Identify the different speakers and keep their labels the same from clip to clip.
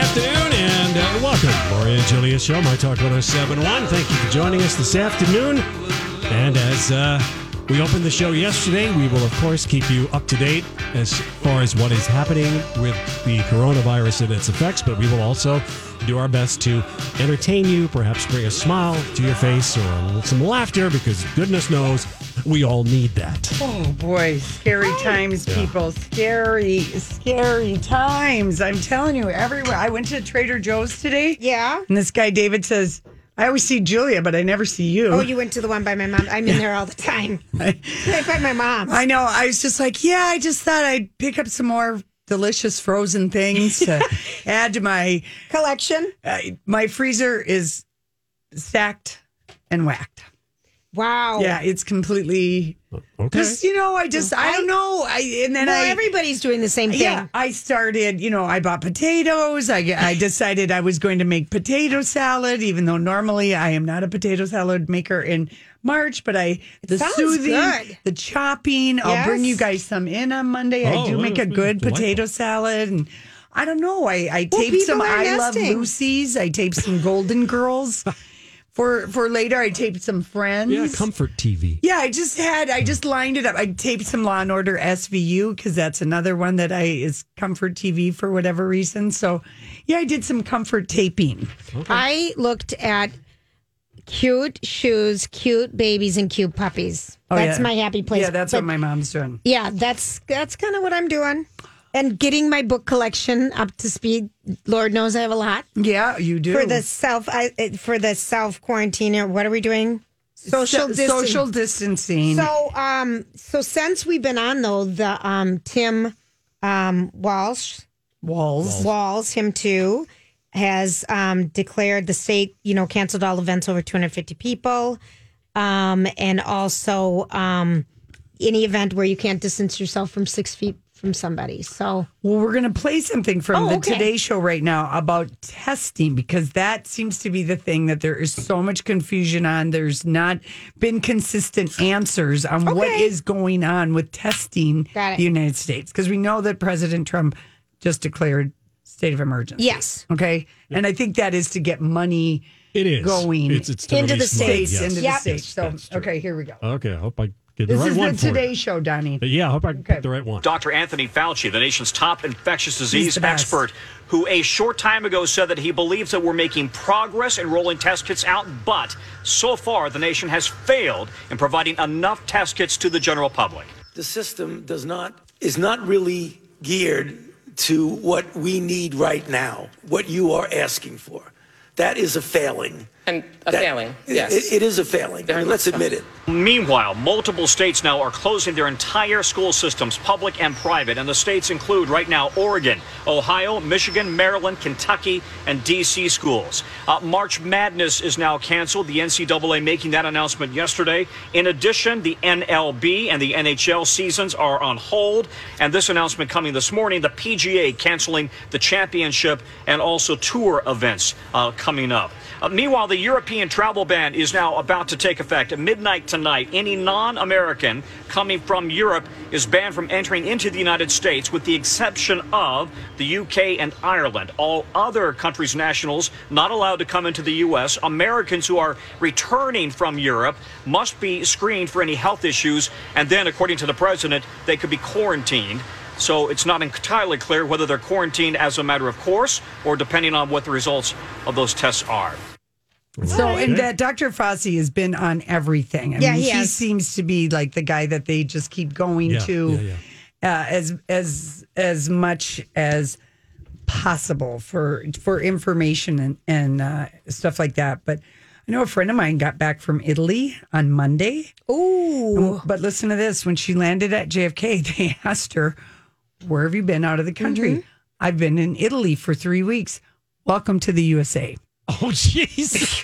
Speaker 1: afternoon and uh, welcome. Lori and Julia Show, My Talk 1071. Thank you for joining us this afternoon. And as uh, we opened the show yesterday, we will, of course, keep you up to date as far as what is happening with the coronavirus and its effects, but we will also do our best to entertain you, perhaps bring a smile to your face or some laughter, because goodness knows we all need that.
Speaker 2: Oh boy, scary times, people. Scary, scary times. I'm telling you, everywhere. I went to Trader Joe's today.
Speaker 3: Yeah.
Speaker 2: And this guy, David, says, I always see Julia, but I never see you.
Speaker 3: Oh, you went to the one by my mom. I'm in there all the time. right by my mom.
Speaker 2: I know. I was just like, yeah, I just thought I'd pick up some more delicious frozen things to add to my.
Speaker 3: Collection.
Speaker 2: Uh, my freezer is stacked and whacked.
Speaker 3: Wow.
Speaker 2: Yeah, it's completely.
Speaker 1: Okay.
Speaker 2: Just, you know, I just, I don't know. I And then
Speaker 3: Well,
Speaker 2: I.
Speaker 3: everybody's doing the same thing.
Speaker 2: Yeah, I started, you know, I bought potatoes. I, I decided I was going to make potato salad, even though normally I am not a potato salad maker in March, but I, the
Speaker 3: sounds
Speaker 2: soothing,
Speaker 3: good.
Speaker 2: the chopping, I'll bring you
Speaker 3: Yes.
Speaker 2: guys some in on Monday.
Speaker 1: Oh,
Speaker 2: I do
Speaker 1: well,
Speaker 2: make a
Speaker 1: that's
Speaker 2: good
Speaker 1: delightful.
Speaker 2: potato salad and I don't know. I, I
Speaker 3: Well,
Speaker 2: taped some
Speaker 3: people are
Speaker 2: I Love
Speaker 3: nesting.
Speaker 2: Lucy's. I taped some Golden Girls for, for later. I taped some Friends.
Speaker 1: Yeah, comfort TV.
Speaker 2: Yeah, I just had I just lined it up. I taped some Law and Order SVU because that's another one that I is comfort TV for whatever reason. So, yeah, I did some comfort taping.
Speaker 3: I looked at cute shoes, cute babies, and cute puppies. that's
Speaker 2: Oh, yeah.
Speaker 3: my happy place.
Speaker 2: Yeah, that's
Speaker 3: But-
Speaker 2: what my mom's doing.
Speaker 3: Yeah, that's that's kind of what I'm doing. And getting my book collection up to speed. Lord knows I have a lot
Speaker 2: Yeah, you do
Speaker 3: for the self I, uh, for the self quarantine or what are we doing? Social
Speaker 2: So-
Speaker 3: distancing.
Speaker 2: social distancing.
Speaker 3: So, um, so since we've been on though, the um, Tim um, Walsh
Speaker 2: walls.
Speaker 3: Walls him too has um, declared the state you know canceled all events over 250 people, um, and also um, any event where you can't distance yourself from six feet from somebody. So
Speaker 2: Well, we're going to play something from
Speaker 3: Oh,
Speaker 2: the
Speaker 3: okay.
Speaker 2: Today Show right now about testing because that seems to be the thing that there is so much confusion on. There's not been consistent answers on what
Speaker 3: Okay.
Speaker 2: is going on with testing
Speaker 3: Got it.
Speaker 2: the United States because we know that President Trump just declared state of emergency.
Speaker 3: yes,
Speaker 2: Okay. And I think that is to get money
Speaker 1: It is.
Speaker 2: Going
Speaker 1: it's, it's to
Speaker 3: into the
Speaker 1: release money,
Speaker 2: states
Speaker 3: States.
Speaker 1: yes.
Speaker 2: into
Speaker 3: Yep.
Speaker 2: the states.
Speaker 1: Yes,
Speaker 2: So,
Speaker 1: that's true.
Speaker 2: okay, here we go.
Speaker 1: Okay, I hope I get the
Speaker 2: This
Speaker 1: right
Speaker 2: is
Speaker 1: one
Speaker 2: the
Speaker 1: for you.
Speaker 2: Today Show, Donnie.
Speaker 1: But yeah, I hope I
Speaker 2: Okay.
Speaker 1: picked the right one.
Speaker 4: Dr. Anthony Fauci, the nation's top infectious
Speaker 2: He's
Speaker 4: disease
Speaker 2: the best.
Speaker 4: expert, who a short time ago said that he believes that we're making progress in rolling test kits out, but so far the nation has failed in providing enough test kits to the general public.
Speaker 5: the system does not is not really geared to what we need right now, what you are asking for. That is a failing.
Speaker 6: And a
Speaker 5: That-
Speaker 6: failing,
Speaker 5: it-
Speaker 6: yes.
Speaker 5: it- it is a failing. I mean, let's admit it.
Speaker 4: Meanwhile, multiple states now are closing their entire school systems, public and private, and the states include right now Oregon, Ohio, Michigan, Maryland, Kentucky, and D.C. schools. Uh, March Madness is now canceled, the NCAA making that announcement yesterday. In addition, the NLB and the NHL seasons are on hold, and this announcement coming this morning, the PGA canceling the championship and also tour events uh, coming up. Uh, meanwhile, the European travel ban is now about to take effect. At midnight tonight, any non American coming from Europe is banned from entering into the United States, with the exception of the UK and Ireland. All other countries' nationals not allowed to come into the U.S. Americans who are returning from Europe must be screened for any health issues, and then, according to the president, they could be quarantined. So it's not entirely clear whether they're quarantined as a matter of course or depending on what the results of those tests are.
Speaker 2: So, and that Dr. Fossey has been on everything. I
Speaker 3: Yeah,
Speaker 2: mean,
Speaker 3: he
Speaker 2: he,
Speaker 3: has.
Speaker 2: seems to be like the guy that they just keep going
Speaker 1: Yeah,
Speaker 2: to
Speaker 1: yeah,
Speaker 2: Uh, as as as much as possible for for information and and uh, stuff like that. But I know a friend of mine got back from Italy on Monday. Ooh! But listen to this: when she landed at JFK, they asked her, "Where have you been out of the country?" I've been in Italy for three weeks. Welcome to the USA.
Speaker 1: Oh, jeez.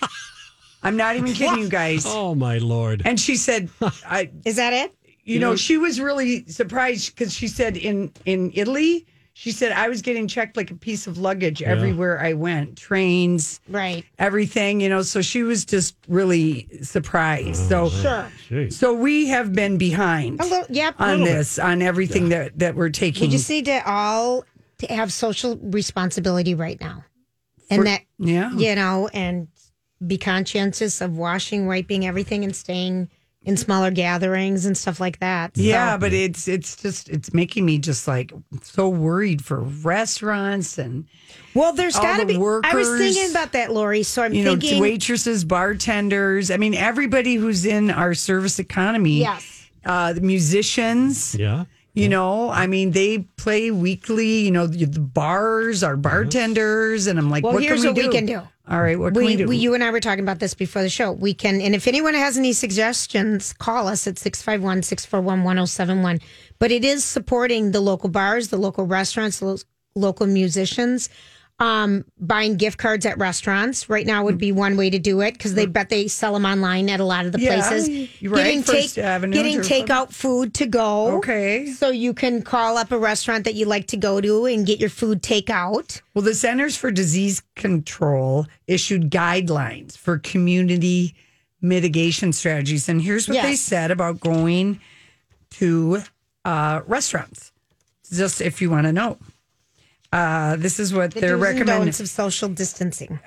Speaker 2: I'm not even kidding you guys.
Speaker 1: oh, my Lord.
Speaker 2: And she said, I,
Speaker 3: Is that it?
Speaker 2: you know, she was really surprised because she said in, in Italy, she said, I was getting checked like a piece of luggage everywhere I went, trains,
Speaker 3: Right.
Speaker 2: everything, you know. So she was just really surprised. So,
Speaker 3: Sure.
Speaker 1: Jeez.
Speaker 2: so we have been behind
Speaker 3: A little. Yep.
Speaker 2: on this, on everything that, that we're taking.
Speaker 3: We just need to all to have social responsibility right now, and that
Speaker 2: yeah.
Speaker 3: you know, and be conscientious of washing, wiping everything, and staying in smaller gatherings and stuff like that. So-
Speaker 2: Yeah, but it's it's just it's making me just like so worried for restaurants and
Speaker 3: Well, there's
Speaker 2: all
Speaker 3: got to be.
Speaker 2: the
Speaker 3: I was
Speaker 2: workers,
Speaker 3: thinking about that, Lori. So I'm
Speaker 2: you know,
Speaker 3: thinking.
Speaker 2: waitresses, bartenders. I mean, everybody who's in our service economy.
Speaker 3: Yes.
Speaker 2: Uh, the musicians,
Speaker 1: Yeah.
Speaker 2: you know, I mean, they play weekly. You know, the the bars, our bartenders, and I'm like,
Speaker 3: Well,
Speaker 2: what
Speaker 3: here's
Speaker 2: can
Speaker 3: what
Speaker 2: we
Speaker 3: we
Speaker 2: do?
Speaker 3: can do.
Speaker 2: All right, what can we,
Speaker 3: we,
Speaker 2: do?
Speaker 3: we, you and I were talking about this before the show. We can, and if anyone has any suggestions, call us at 651 641 1071. But it is supporting the local bars, the local restaurants, the lo- local musicians. Um, buying gift cards at restaurants right now would be one way to do it because they bet they sell them online at a lot of the
Speaker 2: Mm. Yeah,
Speaker 3: places.
Speaker 2: you're right, First Avenue
Speaker 3: getting
Speaker 2: or-
Speaker 3: takeout food to go.
Speaker 2: Okay.
Speaker 3: So you can call up a restaurant that you like to go to and get your food takeout.
Speaker 2: Well, the Centers for Disease Control issued guidelines for community mitigation strategies. And here's what they
Speaker 3: Yes.
Speaker 2: said about going to uh, restaurants, just if you want to know. Uh, this is what
Speaker 3: The
Speaker 2: they're
Speaker 3: do's and
Speaker 2: recommending.
Speaker 3: don'ts of social distancing.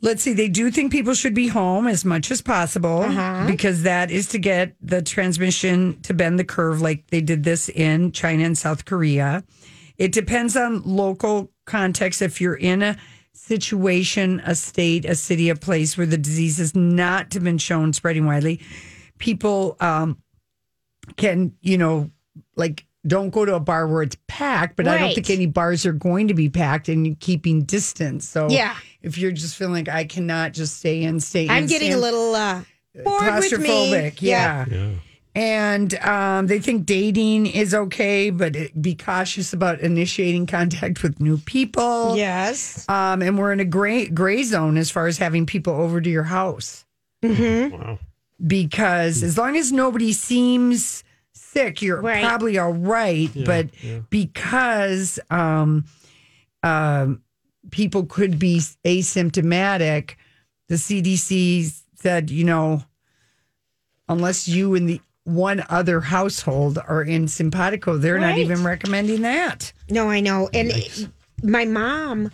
Speaker 2: Let's see, they do think people should be home as much as possible because that is to get the transmission to bend the curve, like they did this in China and South Korea. It depends on local context. If you're in a situation, a state, a city, a place where the disease has not been shown spreading widely, people um, can, you know, like don't go to a bar where it's packed, but I don't
Speaker 3: Right.
Speaker 2: think any bars are going to be packed and keeping distance. So
Speaker 3: Yeah.
Speaker 2: if you're just feeling like I cannot just stay in, stay in.
Speaker 3: I'm getting
Speaker 2: stay
Speaker 3: a
Speaker 2: in.
Speaker 3: little uh, bored with me.
Speaker 2: claustrophobic. Yeah.
Speaker 1: Yeah.
Speaker 2: and um, they think dating is okay, but it, be cautious about initiating contact with new people.
Speaker 3: Yes.
Speaker 2: Um, and we're in a gray gray zone as far as having people over to your house
Speaker 3: Mm-hmm.
Speaker 1: Wow.
Speaker 2: because as long as nobody seems sick, you're
Speaker 3: Right.
Speaker 2: probably all right. but because um, um, people could be asymptomatic, the CDC said, you know, unless you and the one other household are in simpatico, they're not
Speaker 3: Right.
Speaker 2: even recommending that.
Speaker 3: No, I know. And it- my mom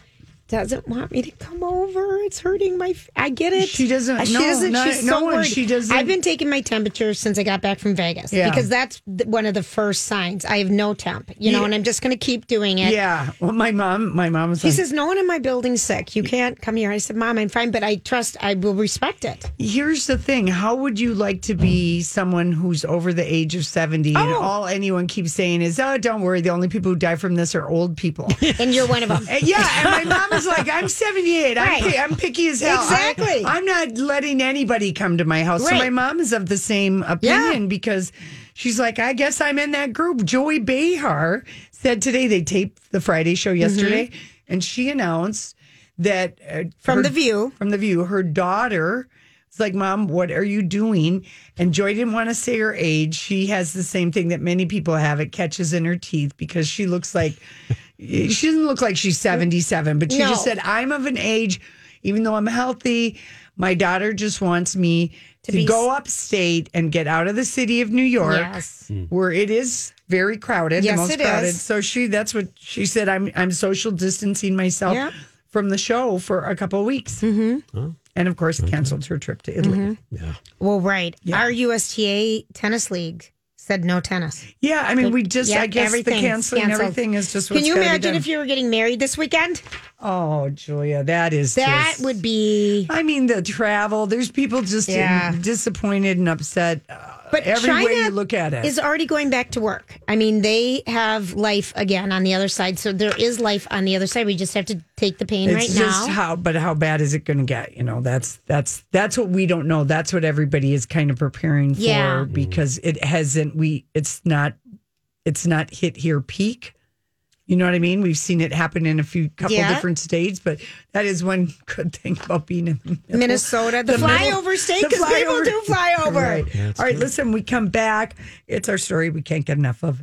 Speaker 3: doesn't want me to come over. It's hurting my. f- I get it.
Speaker 2: She doesn't-
Speaker 3: Uh, She
Speaker 2: no,
Speaker 3: doesn't.
Speaker 2: no,
Speaker 3: she's
Speaker 2: no
Speaker 3: so
Speaker 2: one-
Speaker 3: worried.
Speaker 2: she doesn't-
Speaker 3: I've been taking my temperature since I got back from Vegas
Speaker 2: Yeah.
Speaker 3: because that's th- one of the first signs. I have no temp, you know, and I'm just going to keep doing it.
Speaker 2: Yeah. Well, my mom, my mom was
Speaker 3: She
Speaker 2: like,
Speaker 3: says, "No one in my building's sick. You can't come here." I said, "Mom, I'm fine, but I trust. I will respect it."
Speaker 2: Here's the thing. How would you like to be someone who's over the age of 70 and
Speaker 3: Oh.
Speaker 2: all anyone keeps saying is, oh, don't worry, the only people who die from this are old people?
Speaker 3: And you're one of them.
Speaker 2: And yeah, and my mom is like, I'm 78. I'm,
Speaker 3: Right.
Speaker 2: pi- I'm picky as hell.
Speaker 3: Exactly.
Speaker 2: I, am not letting anybody come to my house. So
Speaker 3: Right.
Speaker 2: my mom is of the same opinion because she's like, I guess I'm in that group. Joey Behar said today, they taped the Friday show yesterday, and she announced that uh,
Speaker 3: Mm-hmm. From
Speaker 2: her-
Speaker 3: The View.
Speaker 2: From The View, her daughter. was like, Mom, what are you doing? And Joy didn't want to say her age. She has the same thing that many people have. It catches in her teeth because she looks like she doesn't look like she's 77, but she
Speaker 3: No.
Speaker 2: just said, I'm of an age, even though I'm healthy, my daughter just wants me to,
Speaker 3: be
Speaker 2: go upstate and get out of the city of New York,
Speaker 3: Yes.
Speaker 2: where it is very crowded,
Speaker 3: Yes,
Speaker 2: the most
Speaker 3: it
Speaker 2: crowded.
Speaker 3: is.
Speaker 2: So she that's what she said. I'm I'm social distancing myself
Speaker 3: Yeah. Mm-hmm.
Speaker 2: from the show for a couple of weeks. And of course, canceled her trip to Italy.
Speaker 1: Yeah.
Speaker 3: Well, right. Our USTA tennis league said no tennis.
Speaker 2: Yeah, I mean, we just,
Speaker 3: Yeah,
Speaker 2: I guess the
Speaker 3: everything's
Speaker 2: canceling
Speaker 3: canceled.
Speaker 2: everything is just what's
Speaker 3: Can you
Speaker 2: gotta be
Speaker 3: imagine
Speaker 2: done.
Speaker 3: if you were getting married this weekend?
Speaker 2: Oh, Julia, that is
Speaker 3: That
Speaker 2: just-
Speaker 3: would be.
Speaker 2: I mean, the travel. There's people just
Speaker 3: Yeah.
Speaker 2: in- disappointed and upset. Uh,
Speaker 3: But
Speaker 2: every way
Speaker 3: China
Speaker 2: you look at it.
Speaker 3: is already going back to work. I mean, they have life again on the other side. So there is life on the other side. We just have to take the pain
Speaker 2: It's
Speaker 3: right
Speaker 2: just
Speaker 3: now.
Speaker 2: how, but how bad is it going to get? You know, that's that's that's what we don't know. That's what everybody is kind of preparing for
Speaker 3: Yeah.
Speaker 2: because it hasn't. We it's not it's not hit here peak. You know what I mean? We've seen it happen in a few couple
Speaker 3: Yeah.
Speaker 2: different states, but that is one good thing about being in the middle.
Speaker 3: Minnesota, the, flyover
Speaker 2: middle-
Speaker 3: state,
Speaker 2: the
Speaker 3: because people
Speaker 2: flyover-
Speaker 3: do flyover.
Speaker 2: Right. All right, listen, we come back. It's our story we can't get enough of.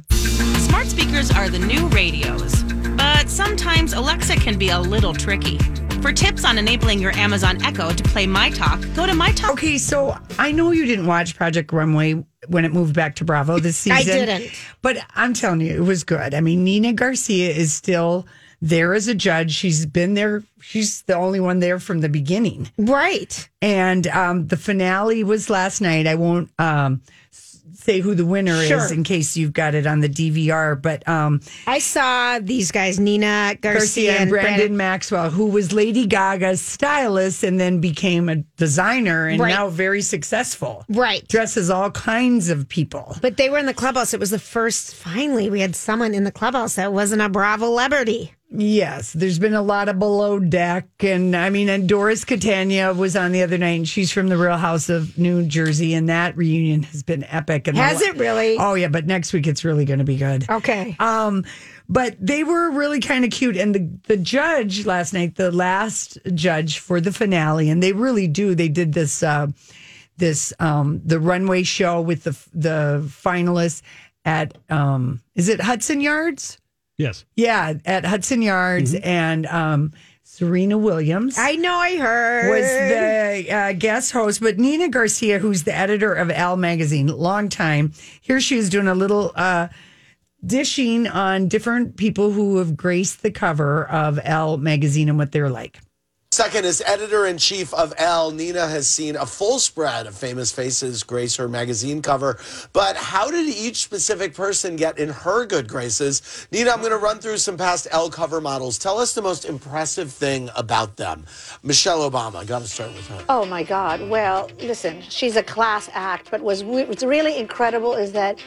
Speaker 6: Smart speakers are the new radios, but sometimes Alexa can be a little tricky. For tips on enabling your Amazon Echo to play My Talk, go to My Talk.
Speaker 2: Okay, so I know you didn't watch Project Runway when it moved back to Bravo this season.
Speaker 3: I didn't.
Speaker 2: But I'm telling you, it was good. I mean, Nina Garcia is still there as a judge. She's been there. She's the only one there from the beginning.
Speaker 3: Right.
Speaker 2: And um, the finale was last night. I won't um, s- say who the winner
Speaker 3: Sure.
Speaker 2: is in case you've got it on the DVR. But um,
Speaker 3: I saw these guys, Nina Garcia,
Speaker 2: Garcia and Brandon,
Speaker 3: Brandon
Speaker 2: Maxwell, who was Lady Gaga's stylist and then became a designer and
Speaker 3: Right.
Speaker 2: now very successful.
Speaker 3: Right.
Speaker 2: Dresses all kinds of people.
Speaker 3: But they were in the clubhouse. It was the first, finally, we had someone in the clubhouse that wasn't a Bravo celebrity.
Speaker 2: Yes, there's been a lot of below deck. And I mean, and Doris Catania was on the other night and she's from the Real House of New Jersey. And that reunion has been epic. And the
Speaker 3: Has
Speaker 2: li-
Speaker 3: it really?
Speaker 2: Oh, yeah. But next week it's really going to be good.
Speaker 3: Okay.
Speaker 2: Um, but they were really kind of cute. And the, the judge last night, the last judge for the finale, and they really do, they did this, uh, this, um, the runway show with the, the finalists at, um, is it Hudson Yards?
Speaker 1: Yes.
Speaker 2: Yeah, at Hudson Yards and, um, Serena Williams
Speaker 3: I know I heard.
Speaker 2: was the uh, guest host, but Nina Garcia, who's the editor of Al Magazine, long time. Here she is doing a little uh, dishing on different people who have graced the cover of Al Magazine and what they're like.
Speaker 7: Second, as editor in chief of Elle, Nina has seen a full spread of famous faces grace her magazine cover. But how did each specific person get in her good graces? Nina, I'm going to run through some past Elle cover models. Tell us the most impressive thing about them. Michelle Obama, got to start with her.
Speaker 8: Oh my God. Well, listen, she's a class act, but was what's really incredible is that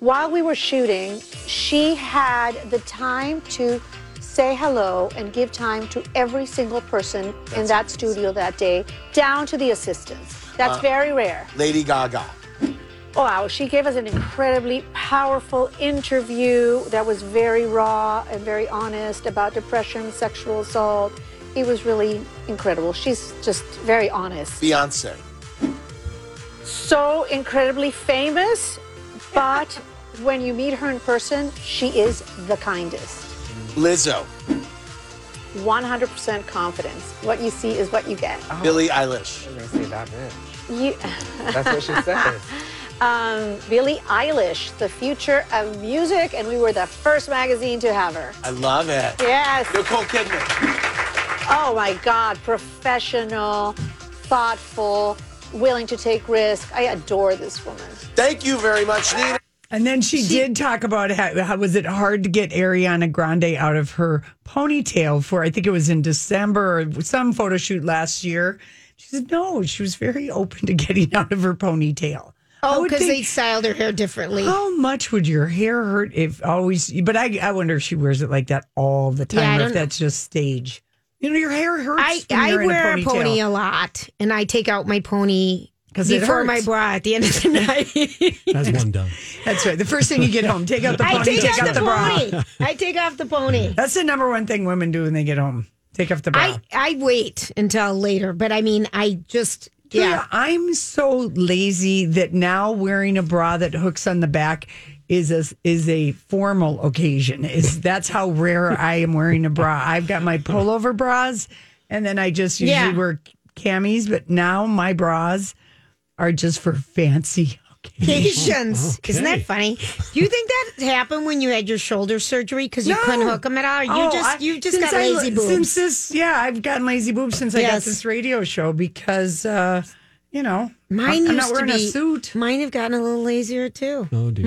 Speaker 8: while we were shooting, she had the time to say hello and give time to every single person in that studio that day, down to the assistants. That's very rare.
Speaker 7: Lady Gaga.
Speaker 8: Wow, she gave us an incredibly powerful interview that was very raw and very honest about depression, sexual assault. It was really incredible. She's just very honest.
Speaker 7: Beyonce.
Speaker 8: So incredibly famous, but when you meet her in person, she is the kindest.
Speaker 7: Lizzo.
Speaker 8: 100% confidence. What you see is what you get.
Speaker 7: Oh. Billie Eilish.
Speaker 8: You,
Speaker 9: That's what she said.
Speaker 8: um, Billie Eilish, the future of music, and we were the first magazine to have her.
Speaker 7: I love it.
Speaker 8: Yes.
Speaker 7: Nicole Kidman.
Speaker 8: Oh my God, professional, thoughtful, willing to take risk. I adore this woman.
Speaker 7: Thank you very much, Nina.
Speaker 2: And then she, did talk about how, how was it hard to get Ariana Grande out of her ponytail for I think it was in December or some photo shoot last year. She said no, she was very open to getting out of her ponytail. I
Speaker 3: Oh,
Speaker 2: would
Speaker 3: because
Speaker 2: think-
Speaker 3: they styled her hair differently.
Speaker 2: How much would your hair hurt if always? But I, I wonder if she wears it like that all the time,
Speaker 3: Yeah, I
Speaker 2: or if
Speaker 3: don't
Speaker 2: that's just stage. You know, your hair hurts.
Speaker 3: I,
Speaker 2: when
Speaker 3: I
Speaker 2: you're in
Speaker 3: wear a,
Speaker 2: a
Speaker 3: pony
Speaker 2: ponytail.
Speaker 3: a lot, and I take out my pony
Speaker 2: 'Cause it
Speaker 3: before my
Speaker 2: hurts.
Speaker 3: bra at the end of the night.
Speaker 1: That's one done.
Speaker 2: That's right. The first thing you get home, take out the pony,
Speaker 3: I take, out
Speaker 2: out
Speaker 3: the,
Speaker 2: bra.
Speaker 3: pony. I take off the pony.
Speaker 2: That's the number one thing women do when they get home: take off the bra.
Speaker 3: I, I wait until later, but I mean, I just,
Speaker 2: Julia,
Speaker 3: yeah.
Speaker 2: I'm so lazy that now wearing a bra that hooks on the back is a is a formal occasion. Is that's how rare I am wearing a bra. I've got my pullover bras, and then I just usually
Speaker 3: Yeah.
Speaker 2: wear camis. But now my bras are just for fancy. occasions.
Speaker 3: Patience. Isn't
Speaker 1: Okay.
Speaker 3: that funny? Do you think that happened when you had your shoulder surgery because you couldn't hook them at all? You
Speaker 2: Oh,
Speaker 3: just
Speaker 2: I-
Speaker 3: you just
Speaker 2: since
Speaker 3: got
Speaker 2: I-
Speaker 3: lazy boobs.
Speaker 2: Since this, yeah, I've gotten lazy boobs since I got
Speaker 3: Yes.
Speaker 2: this radio show because, uh, you know,
Speaker 3: Mine
Speaker 2: I'm, I'm
Speaker 3: used
Speaker 2: not wearing
Speaker 3: to be.
Speaker 2: a suit.
Speaker 3: Mine have gotten a little lazier too. Mm-hmm.
Speaker 1: Oh, dear.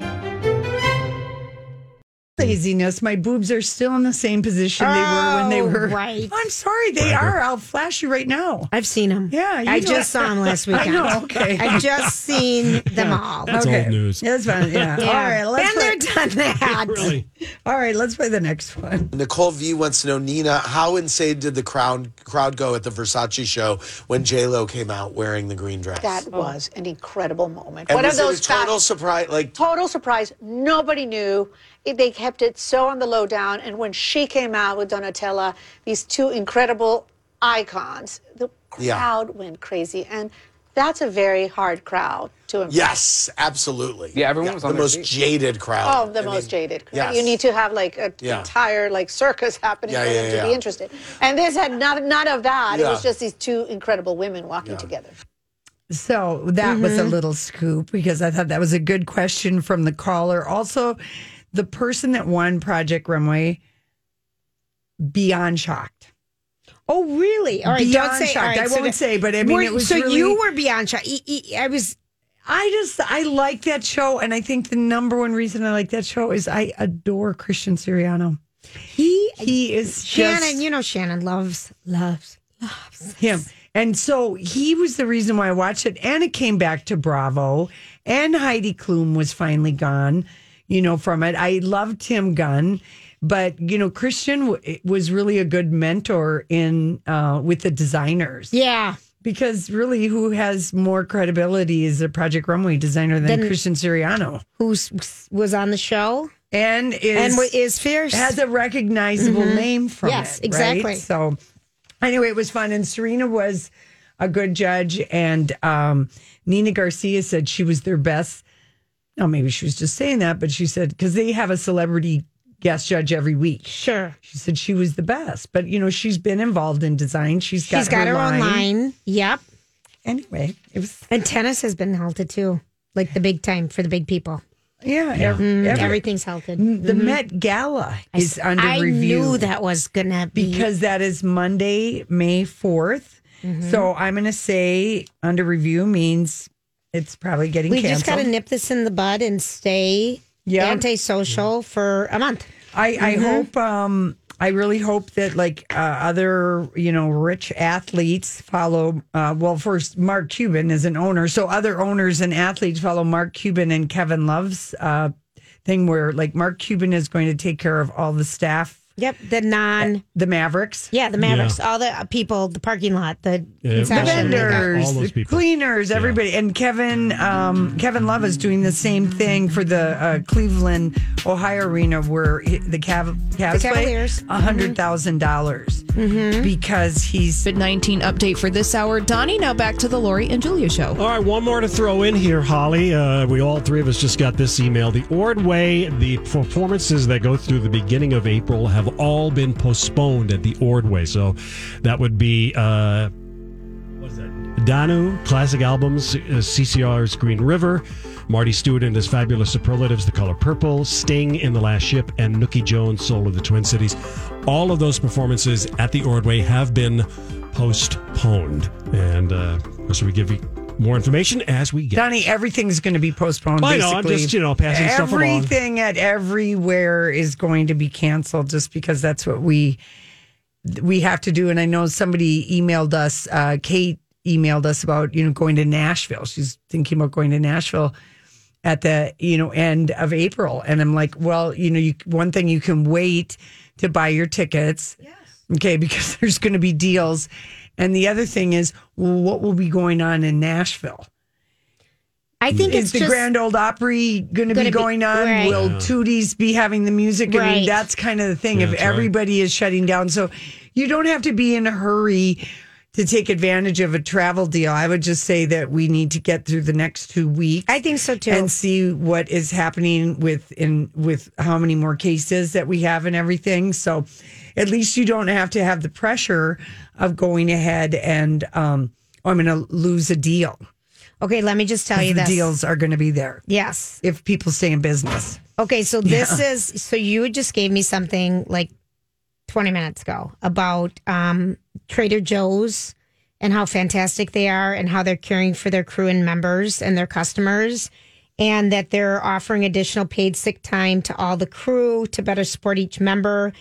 Speaker 3: Hmm.
Speaker 2: laziness, my boobs are still in the same position they were when they
Speaker 3: Oh,
Speaker 2: were.
Speaker 3: right.
Speaker 2: I'm sorry, they are. I'll flash you right now.
Speaker 3: I've seen them.
Speaker 2: Yeah, you
Speaker 3: I
Speaker 2: know-
Speaker 3: just saw them last
Speaker 2: I
Speaker 3: weekend.
Speaker 2: know, okay.
Speaker 3: I've just seen them all.
Speaker 1: That's
Speaker 2: okay.
Speaker 1: old news.
Speaker 2: That's fine. Yeah.
Speaker 3: Yeah.
Speaker 2: All right. Let's play,
Speaker 3: and they're done that.
Speaker 1: Really?
Speaker 2: all right. Let's play the next one.
Speaker 7: Nicole V wants to know, Nina, how insane did the crowd crowd go at the Versace show when J Lo came out wearing the green dress?
Speaker 8: That was an incredible moment.
Speaker 7: and
Speaker 8: One
Speaker 7: was
Speaker 8: of those
Speaker 7: it a total
Speaker 8: facts-
Speaker 7: surprise? Like,
Speaker 8: total surprise. Nobody knew. It- They kept it so on the low down. And when she came out with Donatella, these two incredible icons, the
Speaker 7: Yeah.
Speaker 8: crowd went crazy. And that's a very hard crowd to impress.
Speaker 7: yes, absolutely.
Speaker 9: Yeah, everyone was on
Speaker 7: the
Speaker 9: their
Speaker 7: most
Speaker 9: feet.
Speaker 7: jaded crowd.
Speaker 8: Oh, the most jaded.
Speaker 7: yes.
Speaker 8: You need to have like an
Speaker 7: Yeah.
Speaker 8: entire like circus happening
Speaker 7: Yeah,
Speaker 8: for
Speaker 7: yeah,
Speaker 8: them
Speaker 7: yeah,
Speaker 8: to be
Speaker 7: yeah.
Speaker 8: interested. And this had none, none of that. It was
Speaker 7: Yeah.
Speaker 8: just these two incredible women walking together.
Speaker 2: So that was
Speaker 3: Mm-hmm.
Speaker 2: a little scoop because I thought that was a good question from the caller. Also, the person that won Project Runway, beyond shocked.
Speaker 3: Oh, really? All right.
Speaker 2: Beyond
Speaker 3: don't say.
Speaker 2: shocked.
Speaker 3: all right,
Speaker 2: I won't
Speaker 3: the-
Speaker 2: say, but I mean,
Speaker 3: Were-
Speaker 2: it was
Speaker 3: so
Speaker 2: really-
Speaker 3: you were beyond shocked. E- e- I was.
Speaker 2: I just I like that show, and I think the number one reason I like that show is I adore Christian Siriano.
Speaker 3: He.
Speaker 2: He is
Speaker 3: Shannon.
Speaker 2: just
Speaker 3: you know Shannon loves loves loves.
Speaker 2: him. And so he was the reason why I watched it. And it came back to Bravo. And Heidi Klum was finally gone, you know, from it. I loved Tim Gunn. But, you know, Christian w- was really a good mentor in uh, with the designers.
Speaker 3: Yeah.
Speaker 2: Because really, who has more credibility as a Project Runway designer than
Speaker 3: Then-
Speaker 2: Christian Siriano?
Speaker 3: Who s- was on the show
Speaker 2: And is
Speaker 3: and wa- is fierce.
Speaker 2: has a recognizable name from
Speaker 3: Mm-hmm. Yes,
Speaker 2: it, right?
Speaker 3: exactly.
Speaker 2: So anyway, it was fun, and Serena was a good judge, and um, Nina Garcia said she was their best. No, maybe she was just saying that, but she said because they have a celebrity guest judge every week.
Speaker 3: sure.
Speaker 2: She said she was the best, but you know she's been involved in design. She's got
Speaker 3: She's got her own line. Yep.
Speaker 2: Anyway, it was
Speaker 3: And tennis has been halted too, like the big time for the big people.
Speaker 2: yeah, ev- every-
Speaker 3: Everything's halted.
Speaker 2: the Met Gala is under
Speaker 3: Mm-hmm. I
Speaker 2: review.
Speaker 3: knew that was gonna be
Speaker 2: because that is Monday, May 4th.
Speaker 3: Mm-hmm.
Speaker 2: So I'm going to say under review means it's probably getting
Speaker 3: we just
Speaker 2: canceled.
Speaker 3: got to nip this in the bud and stay
Speaker 2: Yeah. Mm.
Speaker 3: antisocial for a month.
Speaker 2: I, I
Speaker 3: Mm-hmm.
Speaker 2: hope, um, I really hope that like uh, other, you know, rich athletes follow. Uh, well, first, Mark Cuban is an owner. So other owners and athletes follow Mark Cuban and Kevin Love's uh, thing where like Mark Cuban is going to take care of all the staff,
Speaker 3: Yep, the non,
Speaker 2: the Mavericks.
Speaker 3: yeah, the Mavericks, all the uh, people, the parking lot, the
Speaker 1: Yeah,
Speaker 2: the
Speaker 3: concession.
Speaker 1: all-
Speaker 2: vendors,
Speaker 1: all those
Speaker 2: the
Speaker 1: people.
Speaker 2: cleaners, everybody, and Kevin um, Kevin Love is doing the same thing for the uh, Cleveland Ohio Arena where he- the Cav- Cavs
Speaker 3: Cavaliers.
Speaker 2: play hundred dollars because he's
Speaker 10: COVID 19 update for this hour. Donnie, now back to the Lori and Julia show.
Speaker 1: All right, one more to throw in here, Holly. Uh, we all three of us just got this email. The Ordway, the performances that go through the beginning of April have all been postponed at the Ordway. So that would be. Uh, what is that? Danu, classic albums, uh, CCR's Green River, Marty Stewart and his fabulous superlatives, The Color Purple, Sting in The Last Ship, and Nookie Jones, Soul of the Twin Cities. All of those performances at the Ordway have been postponed. And uh, so we give you more information as we get.
Speaker 2: Donnie. Everything's going to be postponed.
Speaker 1: I know,
Speaker 2: basically.
Speaker 1: I'm just, you know, passing stuff along.
Speaker 2: Everything at everywhere is going to be canceled just because that's what we we have to do. And I know somebody emailed us, uh, Kate emailed us about, you know, going to Nashville. She's thinking about going to Nashville at the, you know, end of April. And I'm like, well, you know, you one thing you can wait to buy your tickets. Yes. Okay, because there's going to be deals. And the other thing is, well, what will be going on in Nashville?
Speaker 3: I think
Speaker 2: is
Speaker 3: it's
Speaker 2: the
Speaker 3: just-
Speaker 2: Grand Old Opry going to
Speaker 3: Gonna
Speaker 2: be
Speaker 3: be-
Speaker 2: going on?
Speaker 3: right.
Speaker 2: Will
Speaker 3: Yeah.
Speaker 2: Tooties be having the music? I mean,
Speaker 3: Right.
Speaker 2: that's kind of the thing.
Speaker 3: Yeah,
Speaker 2: if
Speaker 3: that's right.
Speaker 2: everybody is shutting down, so you don't have to be in a hurry to take advantage of a travel deal. I would just say that we need to get through the next two weeks. I
Speaker 3: think so too,
Speaker 2: and see what is happening with in with how many more cases that we have and everything. So at least you don't have to have the pressure of going ahead and um, oh, I'm going to lose a deal.
Speaker 3: Okay, let me just tell you
Speaker 2: the
Speaker 3: this.
Speaker 2: deals are going to be there.
Speaker 3: Yes.
Speaker 2: If people stay in business.
Speaker 3: Okay, so this
Speaker 2: Yeah.
Speaker 3: is so you just gave me something like 20 minutes ago about um, Trader Joe's and how fantastic they are and how they're caring for their crew and members and their customers and that they're offering additional paid sick time to all the crew to better support each member.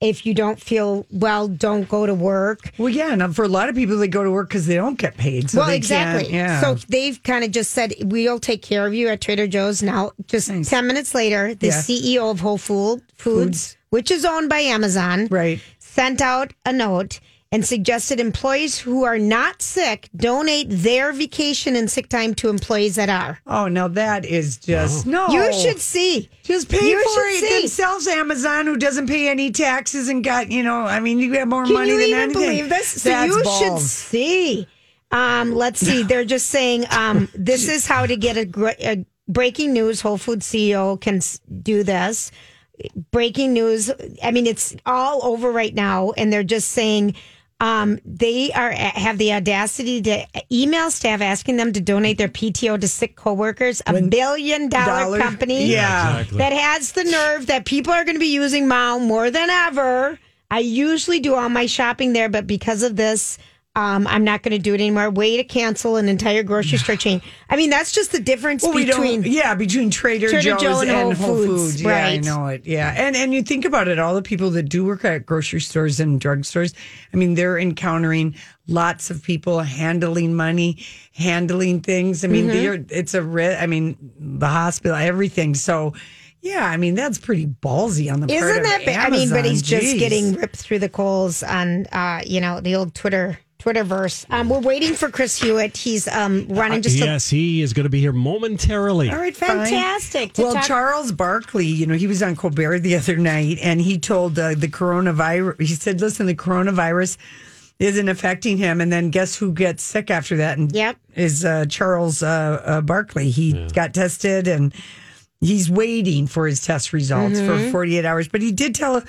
Speaker 3: If you don't feel well, don't go to work.
Speaker 2: Well, yeah, and for a lot of people, they go to work because they don't get paid. So
Speaker 3: well,
Speaker 2: they
Speaker 3: exactly.
Speaker 2: Can't, yeah.
Speaker 3: So they've kind of just said, we'll take care of you at Trader Joe's. Now, just 10 minutes later, the
Speaker 2: Yeah.
Speaker 3: CEO of Whole Food, Foods,
Speaker 2: Foods.
Speaker 3: which is owned by Amazon,
Speaker 2: right.
Speaker 3: sent out a note and suggested employees who are not sick donate their vacation and sick time to employees that are.
Speaker 2: oh, now that is just no.
Speaker 3: You should see.
Speaker 2: Just pay
Speaker 3: You
Speaker 2: for
Speaker 3: should
Speaker 2: it
Speaker 3: see.
Speaker 2: themselves. Amazon, who doesn't pay any taxes and got you know, I mean, you have more
Speaker 3: Can
Speaker 2: money
Speaker 3: you
Speaker 2: than
Speaker 3: even
Speaker 2: anything.
Speaker 3: believe this? So
Speaker 2: That's
Speaker 3: you should
Speaker 2: balls.
Speaker 3: see. Um, let's see. They're just saying um, this is how to get a, gr- a breaking news. Whole Food CEO can s- do this. Breaking news. I mean, it's all over right now, and they're just saying um, they are have the audacity to email staff asking them to donate their PTO to sick coworkers. A billion dollar,
Speaker 2: dollar-
Speaker 3: company,
Speaker 2: Yeah, exactly.
Speaker 3: that has the nerve that people are going to be using Mao more than ever. I usually do all my shopping there, but because of this, um, I'm not going to do it anymore. Way to cancel an entire grocery store chain. I mean, that's just the difference
Speaker 2: Well, we
Speaker 3: between
Speaker 2: don't, yeah, between Trader,
Speaker 3: Trader
Speaker 2: Joe's
Speaker 3: Joe
Speaker 2: and, Whole Foods. Yeah, I
Speaker 3: right.
Speaker 2: know it. Yeah, and and you think about it, all the people that do work at grocery stores and drugstores, I mean, they're encountering lots of people handling money, handling things. I mean,
Speaker 3: Mhm.
Speaker 2: they're it's a ri- I mean, the hospital, everything. So, yeah, I mean, that's pretty ballsy on the part
Speaker 3: Isn't
Speaker 2: of
Speaker 3: that? ba- I mean, but
Speaker 2: Amazon.
Speaker 3: he's just
Speaker 2: Jeez.
Speaker 3: getting ripped through the coals on, uh, you know, the old Twitter Twitterverse. Um, we're waiting for Chris Hewitt. He's um, running just a
Speaker 1: Uh, yes, he is going to be here momentarily.
Speaker 3: All right, fantastic. To
Speaker 2: Well,
Speaker 3: talk-
Speaker 2: Charles Barkley, you know, he was on Colbert the other night and he told uh, the coronavirus, he said, listen, the coronavirus isn't affecting him. And then guess who gets sick after that? And
Speaker 3: yep.
Speaker 2: is uh, Charles uh, uh, Barkley. He got tested and he's waiting for his test results for
Speaker 3: Mhm.
Speaker 2: 48 hours. But he did tell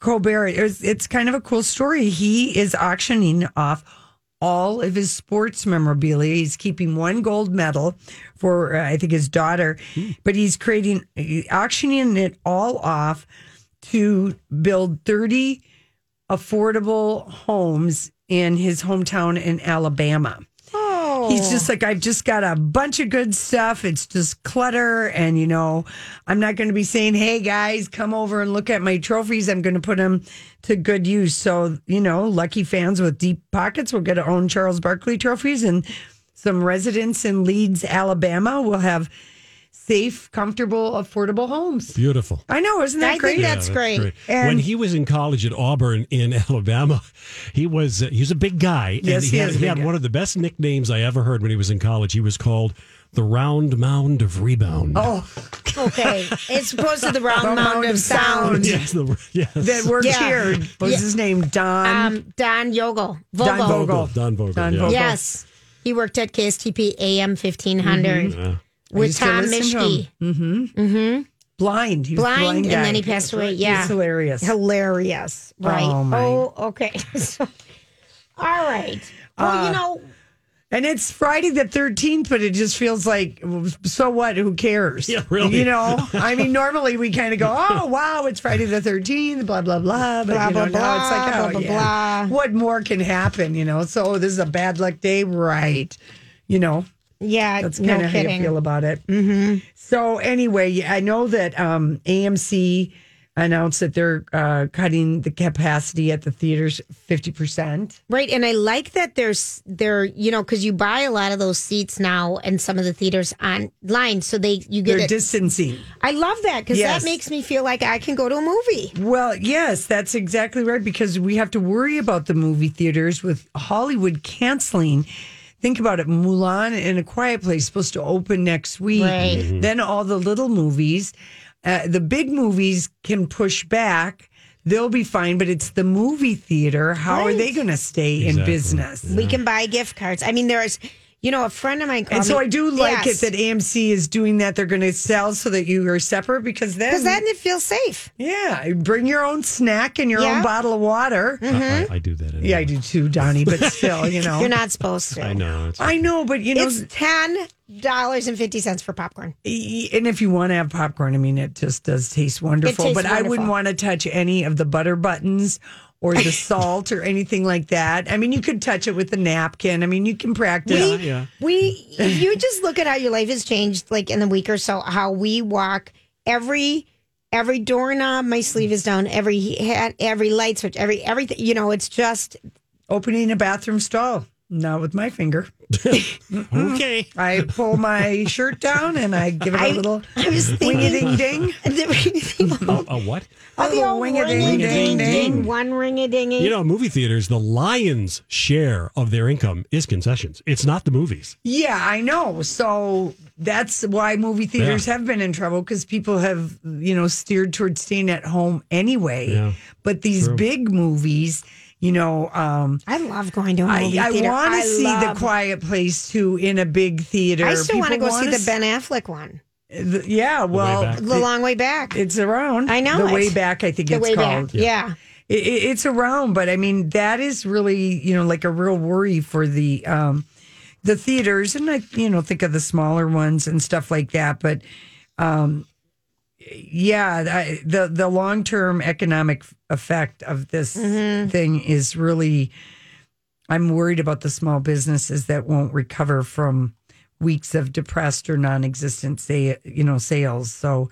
Speaker 2: Colbert, it was, it's kind of a cool story. He is auctioning off all of his sports memorabilia. He's keeping one gold medal for, uh, I think, his daughter, but he's creating, auctioning it all off to build 30 affordable homes in his hometown in Alabama.
Speaker 3: Oh,
Speaker 2: He's just like, I've just got a bunch of good stuff. It's just clutter. And, you know, I'm not going to be saying, hey, guys, come over and look at my trophies. I'm going to put them to good use. So, you know, lucky fans with deep pockets will get to own Charles Barkley trophies. And some residents in Leeds, Alabama will have safe, comfortable, affordable homes.
Speaker 1: Beautiful.
Speaker 2: I know. Isn't that great?
Speaker 1: Yeah,
Speaker 2: And
Speaker 1: when he was in college at Auburn in Alabama, he was uh, he was a big guy.
Speaker 2: Yes,
Speaker 1: and
Speaker 2: he
Speaker 1: had,
Speaker 2: is a
Speaker 1: he
Speaker 2: big
Speaker 1: had
Speaker 2: guy.
Speaker 1: one of the best nicknames I ever heard when he was in college. He was called the Round Mound of Rebound.
Speaker 2: Oh,
Speaker 3: okay. It's supposed to the
Speaker 2: The
Speaker 3: round mound
Speaker 2: mound
Speaker 3: of
Speaker 2: of
Speaker 3: sound.
Speaker 1: yes, the, yes.
Speaker 2: that worked
Speaker 3: Yeah.
Speaker 2: here. What was
Speaker 3: Yeah.
Speaker 2: his name? Don.
Speaker 3: Um, Don Yogel.
Speaker 2: Don
Speaker 3: Vogel.
Speaker 2: Vogel.
Speaker 1: Don Vogel.
Speaker 2: Don
Speaker 1: yeah.
Speaker 2: Vogel.
Speaker 3: Yes. He worked at KSTP AM 1500
Speaker 1: Yeah.
Speaker 3: with Tom Mischke.
Speaker 2: Mm-hmm.
Speaker 3: Mm-hmm.
Speaker 2: Blind. He was
Speaker 3: Blind,
Speaker 2: blind
Speaker 3: and
Speaker 2: guy.
Speaker 3: then he passed away. Yeah.
Speaker 2: It's hilarious.
Speaker 3: Hilarious. Right.
Speaker 2: Oh, my.
Speaker 3: Oh, okay. So- all right. Well,
Speaker 2: Uh,
Speaker 3: you know,
Speaker 2: And it's Friday the 13th, but it just feels like, so what? Who cares?
Speaker 1: Yeah, really.
Speaker 2: You know, I mean, normally we kind of go, oh, wow, it's Friday the 13th, blah, blah, blah. But,
Speaker 3: Blah,
Speaker 2: you know,
Speaker 3: blah,
Speaker 2: now it's like,
Speaker 3: blah,
Speaker 2: oh,
Speaker 3: blah, blah,
Speaker 2: yeah. What more can happen, you know? So oh, this is a bad luck day, right? You know,
Speaker 3: yeah,
Speaker 2: that's
Speaker 3: no
Speaker 2: kind of how you
Speaker 3: kidding.
Speaker 2: feel about it. Mm-hmm. So anyway, I know that um, AMC announced that they're uh, cutting the capacity at the theaters 50%.
Speaker 3: Right, and I like that there's there you know because you buy a lot of those seats now and some of the theaters online, so they you get
Speaker 2: They're
Speaker 3: it.
Speaker 2: distancing.
Speaker 3: I love that because
Speaker 2: Yes.
Speaker 3: that makes me feel like I can go to a movie.
Speaker 2: Well, yes, that's exactly right because we have to worry about the movie theaters with Hollywood canceling. Think about it Mulan and A Quiet Place supposed to open next week.
Speaker 3: Right. Mhm.
Speaker 2: Then all the little movies, uh, the big movies can push back. They'll be fine, but it's the movie theater. How are
Speaker 3: Right.
Speaker 2: they going to stay in
Speaker 3: Exactly.
Speaker 2: business?
Speaker 3: We can buy gift cards. I mean, there's you know a friend of mine. Called
Speaker 2: Mm-hmm. And so
Speaker 3: me-
Speaker 2: I do like
Speaker 3: Um, Yes.
Speaker 2: it that AMC is doing that. They're going to sell so that you are separate because then,
Speaker 3: because then it feels safe.
Speaker 2: yeah, bring your own snack and your
Speaker 3: Yeah.
Speaker 2: own bottle of water.
Speaker 1: I, I do that. Anyway.
Speaker 2: Mm-hmm. Yeah, I do too, Donnie. But still, you know,
Speaker 3: You're not supposed to.
Speaker 1: I know. It's,
Speaker 2: Oh. I know, but you know,
Speaker 3: it's ten dollars and fifty cents for popcorn.
Speaker 2: e- and if you want to have popcorn, I mean, it just does taste wonderful.
Speaker 3: tastes
Speaker 2: but I wouldn't
Speaker 3: wonderful.
Speaker 2: want to touch any of the butter buttons or the salt or anything like that. I mean, you could touch it with a napkin. I mean, you can practice.
Speaker 3: We- We, if you just look at how your life has changed, like in the week or so, how we walk every every doorknob, my sleeve is down, every hat, every light switch, every everything. You know, it's just
Speaker 2: opening a bathroom stall. Not with my finger.
Speaker 1: okay.
Speaker 2: I pull my shirt down and I give it a
Speaker 3: I-
Speaker 2: little
Speaker 3: I was thinking-
Speaker 2: ding ding.
Speaker 1: a, a Oh, what?
Speaker 2: A little
Speaker 3: ring a ding
Speaker 2: wing-a-ding-ding.
Speaker 3: ding ding, one ring a ding.
Speaker 1: You know, movie theaters, the lion's share of their income is concessions. It's not the movies.
Speaker 2: Yeah, I know. So that's why movie theaters have been in trouble because people have, you know, steered towards staying at home anyway.
Speaker 1: Yeah,
Speaker 2: but these
Speaker 1: true.
Speaker 2: big movies, you know, um,
Speaker 3: I love going to a
Speaker 2: I,
Speaker 3: movie
Speaker 2: I
Speaker 3: theater.
Speaker 2: want to see
Speaker 3: love-
Speaker 2: The Quiet Place too in a big theater.
Speaker 3: I still want to
Speaker 2: People
Speaker 3: go see
Speaker 2: wanna
Speaker 3: the Ben Affleck one,
Speaker 2: s- the- yeah, well,
Speaker 1: Back.
Speaker 3: the long way back.
Speaker 2: it's around.
Speaker 3: I know
Speaker 2: the
Speaker 3: it.
Speaker 2: way back. I think
Speaker 3: the
Speaker 2: it's
Speaker 3: way
Speaker 2: called.
Speaker 3: back. Yeah.
Speaker 2: I- I it's around, but I mean that is really you know like a real worry for the um, the theaters, and I you know think of the smaller ones and stuff like that. But um, yeah, I, the the long term economic effect of this thing is really. I'm worried about the small businesses that won't recover from weeks of depressed or non-existent say you know sales so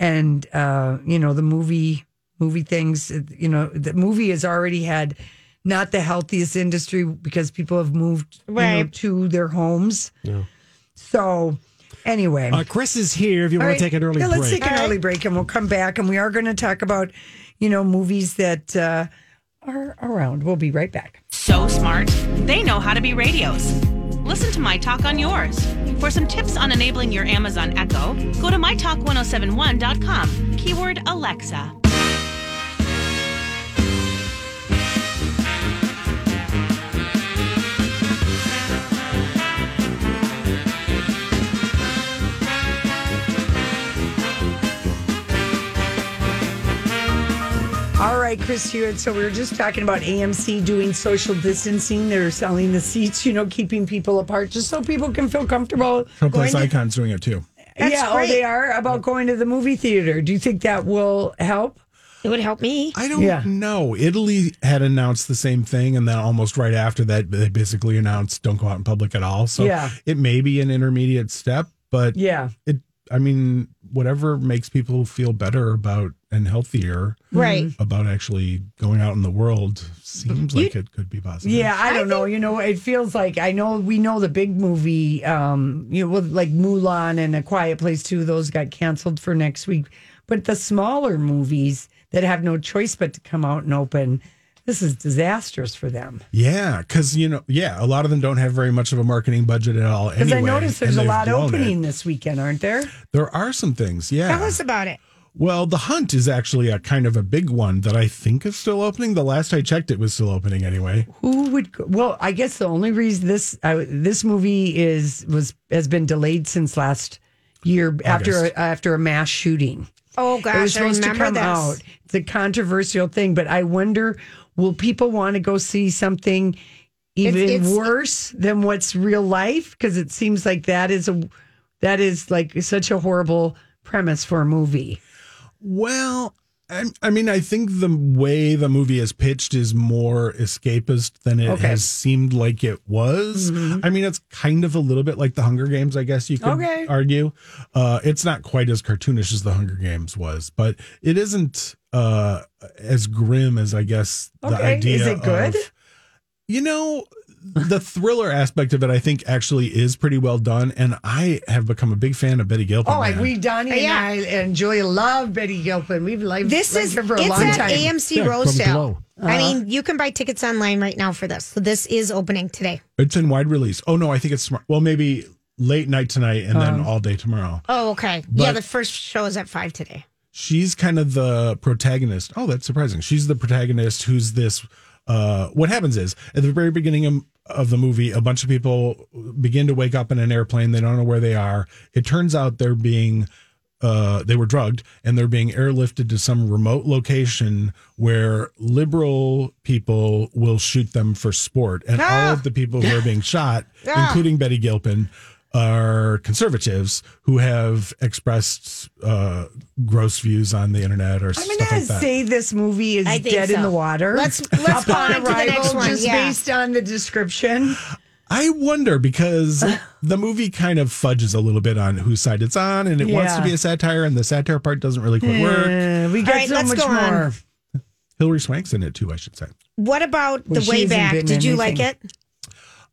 Speaker 2: and uh you know the movie movie things uh, you know the movie has already had not the healthiest industry because people have moved you know,
Speaker 3: Right.
Speaker 2: to their homes
Speaker 1: Yeah.
Speaker 2: so anyway
Speaker 1: Uh, Chris is here if you want
Speaker 2: Mm. All right.
Speaker 1: to take an early
Speaker 2: yeah,
Speaker 1: break.
Speaker 2: let's take an early break and we'll come back and we are going to talk about you know movies that uh are around we'll be right back
Speaker 6: So smart. They know how to be radios. Listen to My Talk on yours. For some tips on enabling your Amazon Echo, go to mytalk1071.com, keyword Alexa.
Speaker 2: All right, Chris Hewitt. So we were just talking about AMC doing social distancing. They're selling the seats, you know, keeping people apart just so people can feel comfortable.
Speaker 11: Complex
Speaker 2: going to-
Speaker 11: Icon's doing it too.
Speaker 3: That's
Speaker 2: yeah, oh,
Speaker 3: great.
Speaker 2: they are about going to the movie theater. Do you think that will help?
Speaker 3: It would help me.
Speaker 11: I don't
Speaker 2: Yeah.
Speaker 11: know. Italy had announced the same thing, and then almost right after that, they basically announced don't go out in public at all. So
Speaker 2: Yeah.
Speaker 11: it may be an intermediate step, but
Speaker 2: Yeah.
Speaker 11: it. I mean, whatever makes people feel better about and healthier
Speaker 3: Right.
Speaker 11: about actually going out in the world seems like it could be possible.
Speaker 2: Yeah, I don't know. You know, it feels like I know we know the big movie, um, you know, with like Mulan and A Quiet Place Two. Those got canceled for next week, but the smaller movies that have no choice but to come out and open, this is disastrous for them.
Speaker 11: Yeah, because you know, yeah, a lot of them don't have very much of a marketing budget at all.
Speaker 2: Because
Speaker 11: Anyway,
Speaker 2: I noticed
Speaker 11: and
Speaker 2: there's a
Speaker 11: they've
Speaker 2: lot
Speaker 11: blown it.
Speaker 2: opening this weekend, aren't there?
Speaker 11: There are some things. Yeah.
Speaker 3: Tell us about it.
Speaker 11: Well, The Hunt is actually a kind of a big one that I think is still opening. The last I checked, it was still opening anyway.
Speaker 2: Who would? Go, well, I guess the only reason this I, this movie is was has been delayed since last year after
Speaker 11: August.
Speaker 2: a, after a mass shooting.
Speaker 3: Oh
Speaker 2: it was
Speaker 3: gosh, I
Speaker 2: supposed to
Speaker 3: remember
Speaker 2: come
Speaker 3: this.
Speaker 2: out. It's a controversial thing, but I wonder will people want to go see something even
Speaker 3: It's- it's-
Speaker 2: worse than what's real life? Because it seems like that is a that is like such a horrible premise for a movie.
Speaker 11: Well, I, I mean, I think the way the movie is pitched is more escapist than it
Speaker 2: Okay.
Speaker 11: has seemed like it was.
Speaker 2: Mhm.
Speaker 11: I mean, it's kind of a little bit like the Hunger Games, I guess you could
Speaker 2: Okay.
Speaker 11: argue. Uh, it's not quite as cartoonish as the Hunger Games was, but it isn't uh, as grim as I guess the
Speaker 2: Okay.
Speaker 11: idea.
Speaker 2: Is it good?
Speaker 11: of- you know, the thriller aspect of it, I think, actually is pretty well done, and I have become a big fan of Betty Gilpin.
Speaker 12: Oh, like
Speaker 11: man.
Speaker 12: we, Donnie
Speaker 3: Yeah.
Speaker 12: and I and Julia love Betty Gilpin. We've liked,
Speaker 3: This
Speaker 12: liked
Speaker 3: is
Speaker 12: her for a
Speaker 3: it's
Speaker 12: long
Speaker 3: at
Speaker 12: time.
Speaker 3: AMC
Speaker 11: Yeah,
Speaker 3: Rose
Speaker 11: from
Speaker 3: Sale.
Speaker 11: Glow.
Speaker 3: I
Speaker 11: Uh-huh.
Speaker 3: mean, you can buy tickets online right now for this. So this is opening today.
Speaker 11: It's in wide release. Oh no, I think it's smart. Well, maybe late night tonight and then
Speaker 12: Uh-huh.
Speaker 3: Um.
Speaker 11: all day tomorrow.
Speaker 3: Oh, okay. yeah,
Speaker 11: But-
Speaker 3: the first show is at five today.
Speaker 11: She's kind of the protagonist. Oh, that's surprising. She's the protagonist who's this uh what happens is at the very beginning of, of the movie a bunch of people begin to wake up in an airplane. They don't know where they are. It turns out they're being uh, they were drugged and they're being airlifted to some remote location where liberal people will shoot them for sport. And all of the people who are being shot,
Speaker 12: Ah.
Speaker 11: including Betty Gilpin, are conservatives who have expressed uh, gross views on the internet or
Speaker 2: I'm
Speaker 11: stuff
Speaker 2: gonna
Speaker 11: like that.
Speaker 2: say this movie is
Speaker 12: I think
Speaker 2: dead in
Speaker 12: so.
Speaker 2: the water.
Speaker 12: Let's- let's go
Speaker 2: Upon
Speaker 12: on to the
Speaker 2: arrival,
Speaker 12: next one,
Speaker 2: Just
Speaker 12: yeah.
Speaker 2: based on the description.
Speaker 11: I wonder because the movie kind of fudges a little bit on whose side it's on, and it wants to
Speaker 2: Yeah.
Speaker 11: be a satire, and the satire part doesn't really quite
Speaker 2: Eh,
Speaker 11: work.
Speaker 2: we got so much more.
Speaker 11: Hillary Swank's in it too, I should say.
Speaker 3: What about
Speaker 11: Well,
Speaker 3: The
Speaker 11: she
Speaker 3: Way
Speaker 11: hasn't
Speaker 3: Back?
Speaker 11: bitten
Speaker 3: Did you like
Speaker 11: anything.
Speaker 3: it?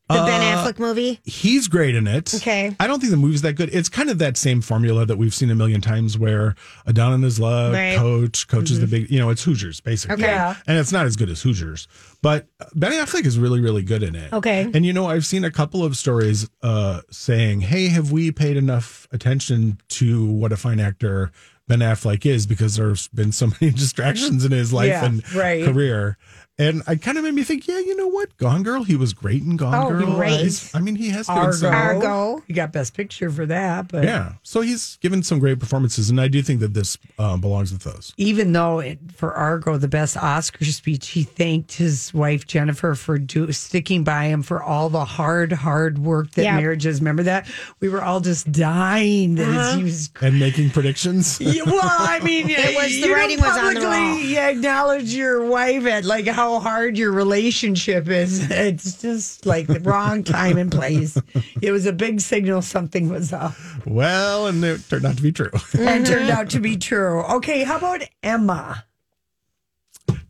Speaker 3: The Ben
Speaker 11: Uh,
Speaker 3: Affleck movie?
Speaker 11: He's great in it.
Speaker 3: Okay.
Speaker 11: I don't think the movie's that good. It's kind of that same formula that we've seen a million times where Adonis is love,
Speaker 3: Right.
Speaker 11: coach, coach is the
Speaker 3: Mhm.
Speaker 11: big, you know, it's Hoosiers basically.
Speaker 3: Okay. Yeah.
Speaker 11: And it's not as good as Hoosiers, but Ben Affleck is really, really good in it.
Speaker 3: Okay.
Speaker 11: And you know, I've seen a couple of stories uh, saying, hey, have we paid enough attention to what a fine actor Ben Affleck is because there's been so many distractions in his life
Speaker 2: Yeah,
Speaker 11: and
Speaker 2: right.
Speaker 11: career. And it kind of made me think, yeah, you know what? Gone Girl, he was great in Gone
Speaker 2: Oh,
Speaker 11: Girl.
Speaker 2: great.
Speaker 11: He's- I mean, he has been
Speaker 2: Argo.
Speaker 11: some-
Speaker 2: You got best picture for that, but
Speaker 11: Yeah. So he's given some great performances, and I do think that this uh, belongs with those.
Speaker 2: even though it, for Argo, the best Oscar speech, he thanked his wife Jennifer for do, sticking by him for all the hard, hard work that
Speaker 12: Yeah.
Speaker 2: marriage is. Remember that we were all just dying that his- he was
Speaker 11: And making predictions.
Speaker 2: Yeah, well, I mean,
Speaker 3: Uh-huh. It was- the
Speaker 2: you
Speaker 3: writing
Speaker 2: don't
Speaker 3: was on the
Speaker 2: publicly
Speaker 3: wall.
Speaker 2: acknowledge your wife at like how hard your relationship is. It's just like the wrong time and place. It was a big signal something was up,
Speaker 11: well, and it turned out to be true.
Speaker 2: and turned out to be true. Okay, how about Emma?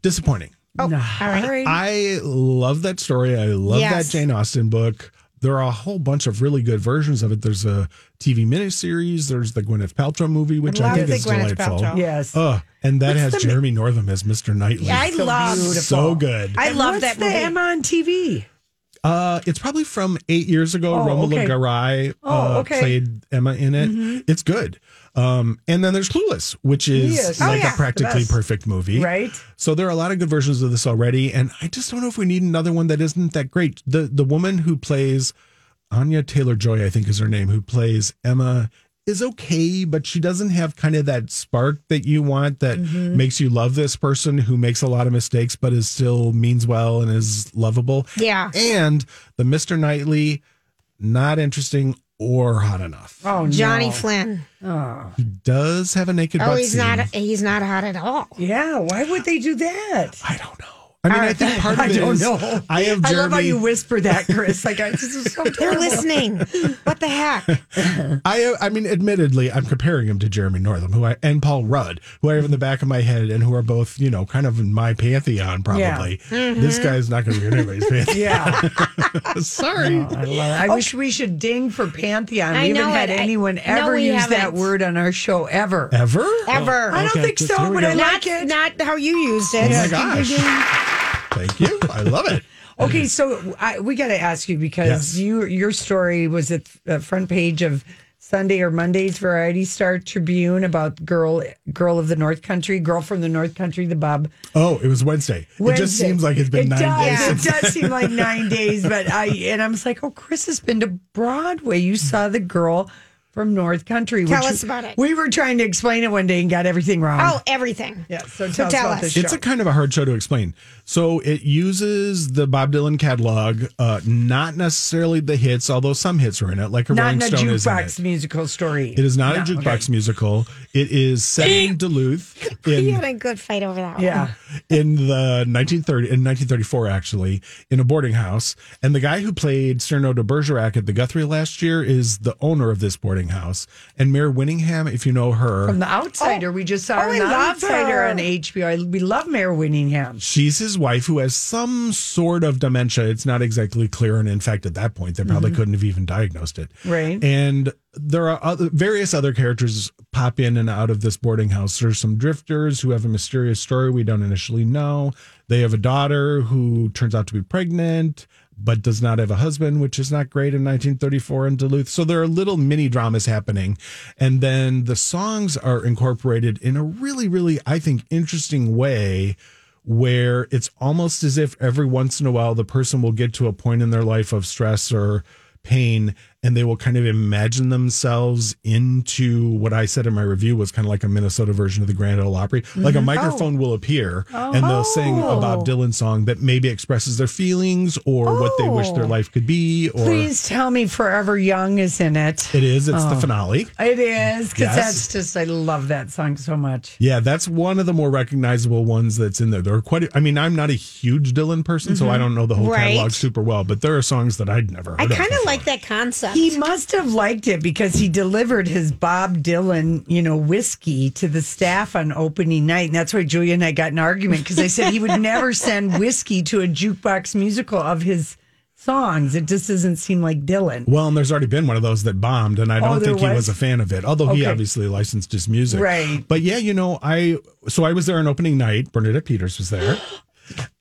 Speaker 11: Disappointing.
Speaker 2: Oh,
Speaker 3: all right.
Speaker 11: I love that story. I love
Speaker 3: Yes.
Speaker 11: that Jane Austen book. There are a whole bunch of really good versions of it. There's a TV miniseries. There's the Gwyneth Paltrow movie, which I
Speaker 3: Love
Speaker 11: think
Speaker 3: the
Speaker 11: is
Speaker 3: Gwyneth
Speaker 11: delightful.
Speaker 3: Paltrow. Yes.
Speaker 11: Ugh, and that
Speaker 3: What's
Speaker 11: has
Speaker 3: the-
Speaker 11: Jeremy Northam as Mr. Knightley.
Speaker 3: Yeah, I So love- beautiful.
Speaker 11: So good.
Speaker 3: I
Speaker 2: And
Speaker 3: love
Speaker 2: what's
Speaker 3: that
Speaker 2: the
Speaker 3: movie.
Speaker 2: Emma on TV.
Speaker 11: Uh, it's probably from eight years ago.
Speaker 2: Oh,
Speaker 11: Romola
Speaker 2: okay.
Speaker 11: Garai uh,
Speaker 2: Oh, okay.
Speaker 11: played Emma in it.
Speaker 2: Mhm.
Speaker 11: It's good. Um, and then there's Clueless, which is
Speaker 2: Yes. Oh,
Speaker 11: like
Speaker 2: yeah,
Speaker 11: a
Speaker 2: the
Speaker 11: practically
Speaker 2: best.
Speaker 11: perfect movie,
Speaker 2: Right.
Speaker 11: So there are a lot of good versions of this already, and I just don't know if we need another one that isn't that great. the The woman who plays Anya Taylor Joy, I think, is her name, who plays Emma. Is okay, but she doesn't have kind of that spark that you want that
Speaker 12: Mhm.
Speaker 2: Mm-hmm.
Speaker 11: makes you love this person who makes a lot of mistakes but is still means well and is lovable.
Speaker 3: Yeah.
Speaker 11: And the Mr. Knightley, not interesting or hot enough.
Speaker 2: Oh,
Speaker 3: Johnny
Speaker 2: no.
Speaker 3: Flynn.
Speaker 2: Oh,
Speaker 11: He does have a naked
Speaker 3: Oh,
Speaker 11: butt
Speaker 3: he's
Speaker 11: scene.
Speaker 3: not. He's not hot at all.
Speaker 2: Yeah. Why would they do that?
Speaker 11: I don't know. I mean, I think part of
Speaker 2: I
Speaker 11: it
Speaker 2: don't
Speaker 11: is-
Speaker 2: know.
Speaker 11: I have
Speaker 2: I love how
Speaker 11: Jeremy-
Speaker 2: you whisper that, Chris. Like I, this is so
Speaker 3: They're
Speaker 2: terrible.
Speaker 3: listening. what the heck?
Speaker 11: I I mean, admittedly, I'm comparing him to Jeremy Northam, who I and Paul Rudd, who I have in the back of my head, and who are both you know kind of in my pantheon. Probably
Speaker 2: Mhm.
Speaker 11: this guy's not going to be in anybody's pantheon.
Speaker 2: Yeah.
Speaker 11: Sorry.
Speaker 2: No, I, love it. I wish we should ding for Pantheon.
Speaker 3: I
Speaker 2: we
Speaker 3: know
Speaker 2: haven't had
Speaker 3: it. I-
Speaker 2: anyone
Speaker 3: No,
Speaker 2: ever
Speaker 3: we
Speaker 2: use that
Speaker 3: haven't.
Speaker 2: word on our show ever.
Speaker 11: Ever?
Speaker 3: Ever?
Speaker 2: I don't think so, but I
Speaker 3: not,
Speaker 2: like it.
Speaker 3: Not how you used it.
Speaker 11: Oh my gosh! Thank you. I love it.
Speaker 2: Okay, so I, we got to ask you because
Speaker 11: Yes.
Speaker 2: you your story was at the front page of Sunday or Monday's Variety Star Tribune about girl girl of the North Country, girl from the North Country, the Bob.
Speaker 11: Oh, it was Wednesday. It just
Speaker 2: Wednesday.
Speaker 11: seems like it's been
Speaker 2: It
Speaker 11: nine days.
Speaker 2: does,
Speaker 11: since-
Speaker 2: It does seem like nine days, but I and I'm just like, oh, Chris has been to Broadway. You saw the girl from North Country.
Speaker 3: Tell
Speaker 2: which
Speaker 3: us about it.
Speaker 2: We were trying to explain it one day and got everything wrong.
Speaker 3: Oh, everything. Yeah.
Speaker 2: so tell us about this
Speaker 11: It's
Speaker 2: show.
Speaker 11: a kind of a hard show to explain. So it uses the Bob Dylan catalog, uh, not necessarily the hits, although some hits were in it, like a
Speaker 2: not
Speaker 11: Rolling
Speaker 2: in a
Speaker 11: Stone is in
Speaker 2: jukebox
Speaker 11: it.
Speaker 2: musical story.
Speaker 11: It is not a
Speaker 2: No,
Speaker 11: jukebox
Speaker 2: okay.
Speaker 11: musical. It is set in Duluth
Speaker 3: We
Speaker 11: in
Speaker 3: had a good fight over that one.
Speaker 11: in the 1930 in 1934 actually in a boarding house and the guy who played Cyrano de Bergerac at the Guthrie last year is the owner of this boarding house and Mayor Winningham if you know her
Speaker 2: From The Outsider, we just saw
Speaker 3: Oh,
Speaker 2: her in
Speaker 3: I
Speaker 2: The
Speaker 3: love
Speaker 2: Outsider
Speaker 3: her.
Speaker 2: on HBO. I, we love Mayor Winningham.
Speaker 11: She's his wife who has some sort of dementia. It's not exactly clear. And in fact, at that point, they probably
Speaker 2: Mhm.
Speaker 11: couldn't have even diagnosed it.
Speaker 2: Right.
Speaker 11: And there are other, various other characters pop in and out of this boarding house. There's some drifters who have a mysterious story we don't initially know. They have a daughter who turns out to be pregnant, but does not have a husband, which is not great in 1934 in Duluth. So there are little mini dramas happening. And then the songs are incorporated in a really, really, I think, interesting way where it's almost as if every once in a while the person will get to a point in their life of stress or pain and they will kind of imagine themselves into what I said in my review was kind of like a Minnesota version of the Grand Ole Opry. Like a
Speaker 2: Mm-hmm.
Speaker 13: Mhm.
Speaker 11: microphone
Speaker 2: Oh.
Speaker 11: will appear and they'll sing a Bob Dylan song that maybe expresses their feelings or what they wish their life could be or
Speaker 2: Oh. Please tell me Forever Young is in it.
Speaker 11: it is it's the
Speaker 2: Oh.
Speaker 11: finale.
Speaker 2: It is because
Speaker 11: Yes.
Speaker 2: that's just I love that song so much.
Speaker 11: Yeah, that's one of the more recognizable ones that's in there. There are quite. A, I mean, I'm not a huge Dylan person, so
Speaker 3: Mhm.
Speaker 2: Mm-hmm.
Speaker 11: I don't know the whole
Speaker 3: Right.
Speaker 11: catalog super well. But there are songs that I'd never heard
Speaker 3: I
Speaker 11: of.
Speaker 3: kind of like that concept.
Speaker 2: He must have liked it because he delivered his Bob Dylan, you know, whiskey to the staff on opening night, and that's why Julia and I got in an argument because I said he would never send whiskey to a jukebox musical of his songs. It just doesn't seem like Dylan.
Speaker 11: Well, and there's already been one of those that bombed, and I
Speaker 2: Oh,
Speaker 11: don't
Speaker 2: there
Speaker 11: think he
Speaker 2: was?
Speaker 11: was a fan of it, although he
Speaker 2: Okay.
Speaker 11: obviously licensed his music.
Speaker 2: Right.
Speaker 11: But yeah, you know, I so I was there on opening night. Bernadette Peters was there.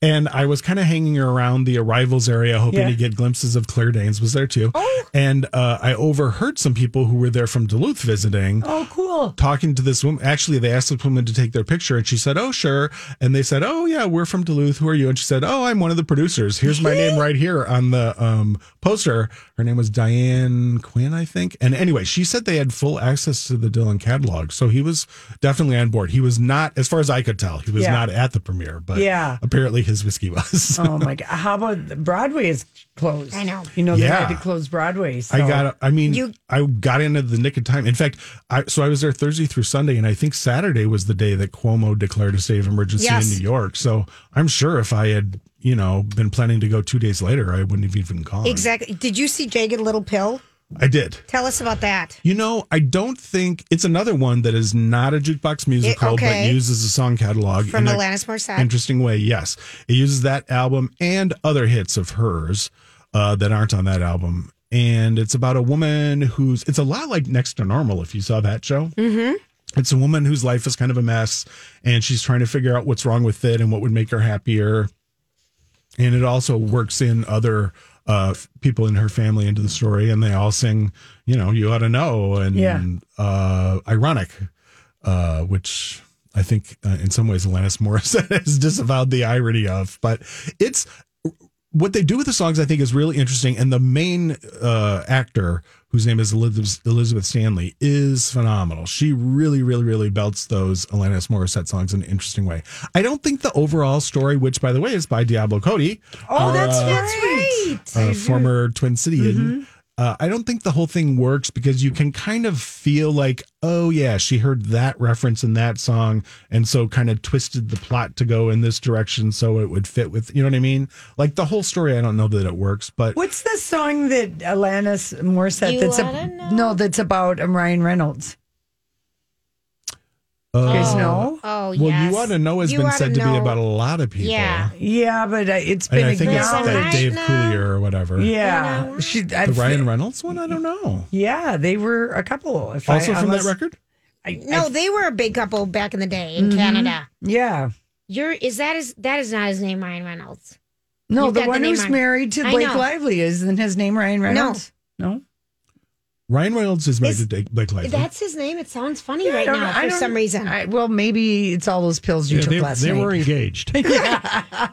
Speaker 11: And I was kind of hanging around the arrivals area, hoping
Speaker 13: Yeah.
Speaker 11: to get glimpses of Claire Danes was there too.
Speaker 2: Oh.
Speaker 11: And uh, I overheard some people who were there from Duluth visiting.
Speaker 2: Oh, cool!
Speaker 11: Talking to this woman. Actually, they asked this woman to take their picture, and she said, "Oh, sure." And they said, "Oh, yeah, we're from Duluth. Who are you?" And she said, "Oh, I'm one of the producers. Here's my name right here on the um, poster." Her name was Diane Quinn, I think. And anyway, she said they had full access to the Dylan catalog, so he was definitely on board. He was not, as far as I could tell, he was
Speaker 2: Yeah.
Speaker 11: not at the premiere, but
Speaker 2: Yeah.
Speaker 11: apparently his whiskey was.
Speaker 2: oh my god! How about Broadway is closed? I know. You know they
Speaker 11: Yeah.
Speaker 2: had to close Broadway. So.
Speaker 11: I got. I mean, I got into the nick of time. In fact, I so I was there Thursday through Sunday, and I think Saturday was the day that Cuomo declared a state of emergency
Speaker 2: Yes.
Speaker 11: in New York. So I'm sure if I had, you know, been planning to go two days later, I wouldn't have even gone.
Speaker 3: Exactly. Did you see Jagged Little Pill?
Speaker 11: I did.
Speaker 3: Tell us about that.
Speaker 11: You know, I don't think it's another one that is not a jukebox musical,
Speaker 3: okay.
Speaker 11: but uses a song catalog
Speaker 3: From
Speaker 11: in a
Speaker 3: Alanis Morissette.
Speaker 11: Interesting way, yes. It uses that album and other hits of hers uh, that aren't on that album, and it's about a woman who's. It's a lot like Next to Normal if you saw that show.
Speaker 3: Mm-hmm.
Speaker 11: It's a woman whose life is kind of a mess, and she's trying to figure out what's wrong with it and what would make her happier. And it also works in other uh, f- people in her family into the story, and they all sing, you know, "You Ought to Know" and
Speaker 13: Yeah.
Speaker 11: uh, "Ironic," uh, which I think uh, in some ways Alanis Morissette has disavowed the irony of. But it's what they do with the songs, I think, is really interesting. And the main uh, actor, whose name is Eliz- Elizabeth Stanley, is phenomenal. She really, really, really belts those Alanis Morissette songs in an interesting way. I don't think the overall story, which, by the way, is by Diablo Cody.
Speaker 2: Oh, that's
Speaker 11: our, uh,
Speaker 2: right.
Speaker 11: uh, former Twin City. Uh, I don't think the whole thing works because you can kind of feel like, oh yeah, she heard that reference in that song, and so kind of twisted the plot to go in this direction so it would fit with, you know what I mean? Like the whole story, I don't know that it works, but
Speaker 2: What's the song that Alanis Morissette?
Speaker 3: You
Speaker 2: that's
Speaker 3: oughta
Speaker 2: a, no, that's about um, Ryan Reynolds.
Speaker 11: uh,
Speaker 2: guys know?
Speaker 3: Oh,
Speaker 11: well,
Speaker 3: yes.
Speaker 11: you ought to know has
Speaker 3: You
Speaker 11: been
Speaker 3: Oughta
Speaker 11: said to
Speaker 3: Know.
Speaker 11: be about a lot of people.
Speaker 3: Yeah.
Speaker 2: Yeah, but uh, it's
Speaker 11: And
Speaker 2: been
Speaker 11: I think it's
Speaker 2: acknowledged.
Speaker 11: that Dave Coulier or whatever.
Speaker 2: Yeah, she.
Speaker 11: The Ryan Reynolds one? I don't know.
Speaker 2: Yeah, they were a couple. If
Speaker 11: Also
Speaker 2: I,
Speaker 11: from that
Speaker 2: unless-
Speaker 11: record?
Speaker 3: No, they were a big couple back in the day in
Speaker 2: Mhm.
Speaker 3: Canada.
Speaker 2: Yeah.
Speaker 3: You're is that is that is not his name, Ryan Reynolds.
Speaker 2: No,
Speaker 3: You've
Speaker 2: the
Speaker 3: got
Speaker 2: one
Speaker 3: name
Speaker 2: who's
Speaker 3: on-
Speaker 2: married to
Speaker 3: I
Speaker 2: Blake
Speaker 3: know.
Speaker 2: Lively isn't his name Ryan Reynolds? No.
Speaker 11: Ryan Reynolds is married
Speaker 3: Is-
Speaker 11: to Blake Blake Lively.
Speaker 3: That's his name. It sounds funny
Speaker 2: Yeah, I
Speaker 3: right
Speaker 2: don't-
Speaker 3: now
Speaker 2: I
Speaker 3: for
Speaker 2: don't-
Speaker 3: some reason.
Speaker 2: I, well, maybe it's all those pills you
Speaker 1: Yeah,
Speaker 2: took
Speaker 1: they,
Speaker 2: last
Speaker 1: they
Speaker 2: night.
Speaker 1: were engaged.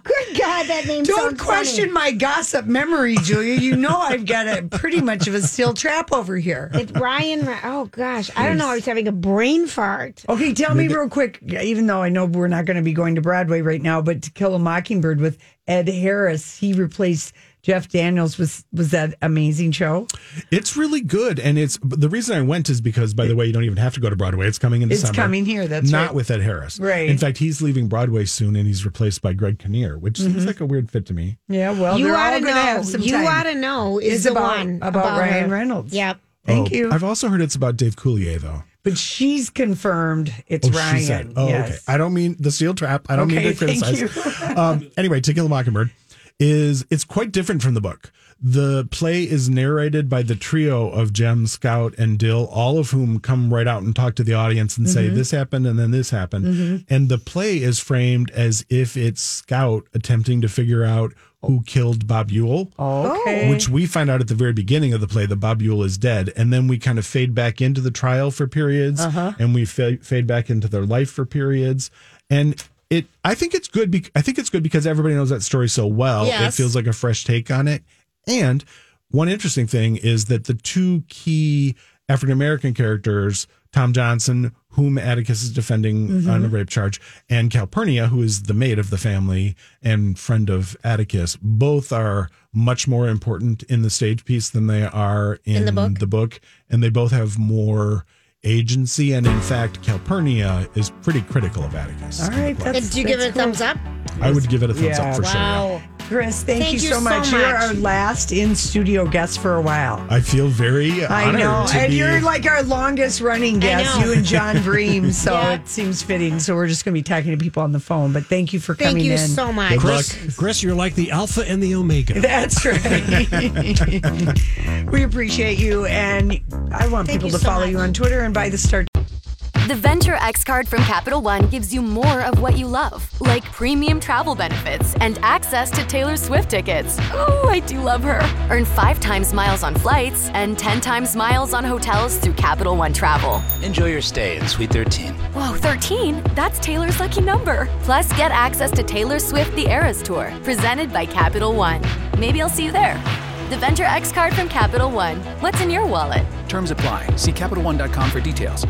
Speaker 3: Good God, that name
Speaker 2: Don't
Speaker 3: sounds
Speaker 2: question my gossip memory, Julia. You know I've got a pretty much of a steel trap over here.
Speaker 3: It, Ryan, oh gosh, I don't know. I was having a brain fart.
Speaker 2: Okay, tell me real quick, even though I know we're not going to be going to Broadway right now, but To Kill a Mockingbird with Ed Harris, he replaced Jeff Daniels. Was was that amazing show?
Speaker 11: It's really good, and it's the reason I went is because, by the way, you don't even have to go to Broadway. It's coming in the
Speaker 2: It's
Speaker 11: summer.
Speaker 2: coming here, that's
Speaker 11: not
Speaker 2: right.
Speaker 11: with Ed Harris.
Speaker 2: Right.
Speaker 11: In fact, he's leaving Broadway soon, and he's replaced by Greg Kinnear, which seems
Speaker 2: Mm-hmm.
Speaker 3: Mhm.
Speaker 11: like a weird fit to me.
Speaker 2: Yeah, well,
Speaker 3: you
Speaker 2: they're
Speaker 3: ought
Speaker 2: all
Speaker 3: to
Speaker 2: going to
Speaker 3: know.
Speaker 2: have some
Speaker 3: you
Speaker 2: time.
Speaker 3: ought to know is
Speaker 2: It's
Speaker 3: the
Speaker 2: about-
Speaker 3: one
Speaker 2: about Ryan
Speaker 3: her.
Speaker 2: Reynolds.
Speaker 3: Yep.
Speaker 2: Thank you.
Speaker 11: Oh, I've also heard it's about Dave Coulier, though.
Speaker 2: But she's confirmed it's
Speaker 11: Oh,
Speaker 2: Ryan.
Speaker 11: She said. Oh,
Speaker 2: yes.
Speaker 11: okay. I don't mean the steel trap. I don't mean
Speaker 2: Okay,
Speaker 11: to
Speaker 2: thank
Speaker 11: criticize.
Speaker 2: you.
Speaker 11: um, anyway, To Kill a Mockingbird is it's quite different from the book. The play is narrated by the trio of Jem, Scout, and Dill, all of whom come right out and talk to the audience and say
Speaker 2: Mm-hmm.
Speaker 7: Mhm.
Speaker 11: this happened and then this happened.
Speaker 7: Mhm.
Speaker 11: And the play is framed as if it's Scout attempting to figure out who killed Bob Ewell.
Speaker 2: Okay.
Speaker 11: Which we find out at the very beginning of the play that Bob Ewell is dead, and then we kind of fade back into the trial for periods,
Speaker 7: Uh-huh.
Speaker 11: and we fa- fade back into their life for periods, and it. I think it's good. Be- I think it's good because everybody knows that story so well.
Speaker 7: Yes.
Speaker 11: It feels like a fresh take on it, and one interesting thing is that the two key African American characters, Tom Johnson, whom Atticus is defending
Speaker 7: Mhm.
Speaker 11: on a rape charge, and Calpurnia, who is the maid of the family and friend of Atticus, both are much more important in the stage piece than they are in,
Speaker 3: In the book?
Speaker 11: and they both have more agency. And in fact, Calpurnia is pretty critical of Atticus. in the play.
Speaker 3: Did you give it a thumbs up?
Speaker 11: I would give it a thumbs
Speaker 2: Yeah.
Speaker 11: up for sure. yeah.
Speaker 3: Wow.
Speaker 2: Chris, thank,
Speaker 3: Thank
Speaker 2: you,
Speaker 3: you
Speaker 2: so
Speaker 3: so
Speaker 2: much. You're
Speaker 3: much.
Speaker 2: our last in studio guest for a while.
Speaker 11: I feel very
Speaker 2: I
Speaker 11: honored
Speaker 2: know.
Speaker 11: to
Speaker 2: And
Speaker 11: be
Speaker 2: you're like our longest running guest,
Speaker 3: know.
Speaker 2: you and John Bream. So
Speaker 3: Yeah.
Speaker 2: it seems fitting. So we're just going to be talking to people on the phone. But thank you for
Speaker 3: Thank
Speaker 2: coming
Speaker 3: you
Speaker 2: in.
Speaker 3: so much. Good
Speaker 1: Chris, Chris, you're like the alpha and the omega.
Speaker 2: That's right. we appreciate you. And I want people to follow you on Twitter and buy the Star
Speaker 14: The Venture X card from Capital One gives you more of what you love, like premium travel benefits and access to Taylor Swift tickets. Ooh, I do love her. Earn five times miles on flights and 10 times miles on hotels through Capital One Travel.
Speaker 4: Enjoy your stay at Suite 13.
Speaker 14: Whoa, 13? Oh, That's Taylor's lucky number. Plus, get access to Taylor Swift The Eras Tour, presented by Capital One. Maybe I'll see you there. The Venture X card from Capital One. What's in your wallet?
Speaker 4: Terms apply. See CapitalOne.com for details.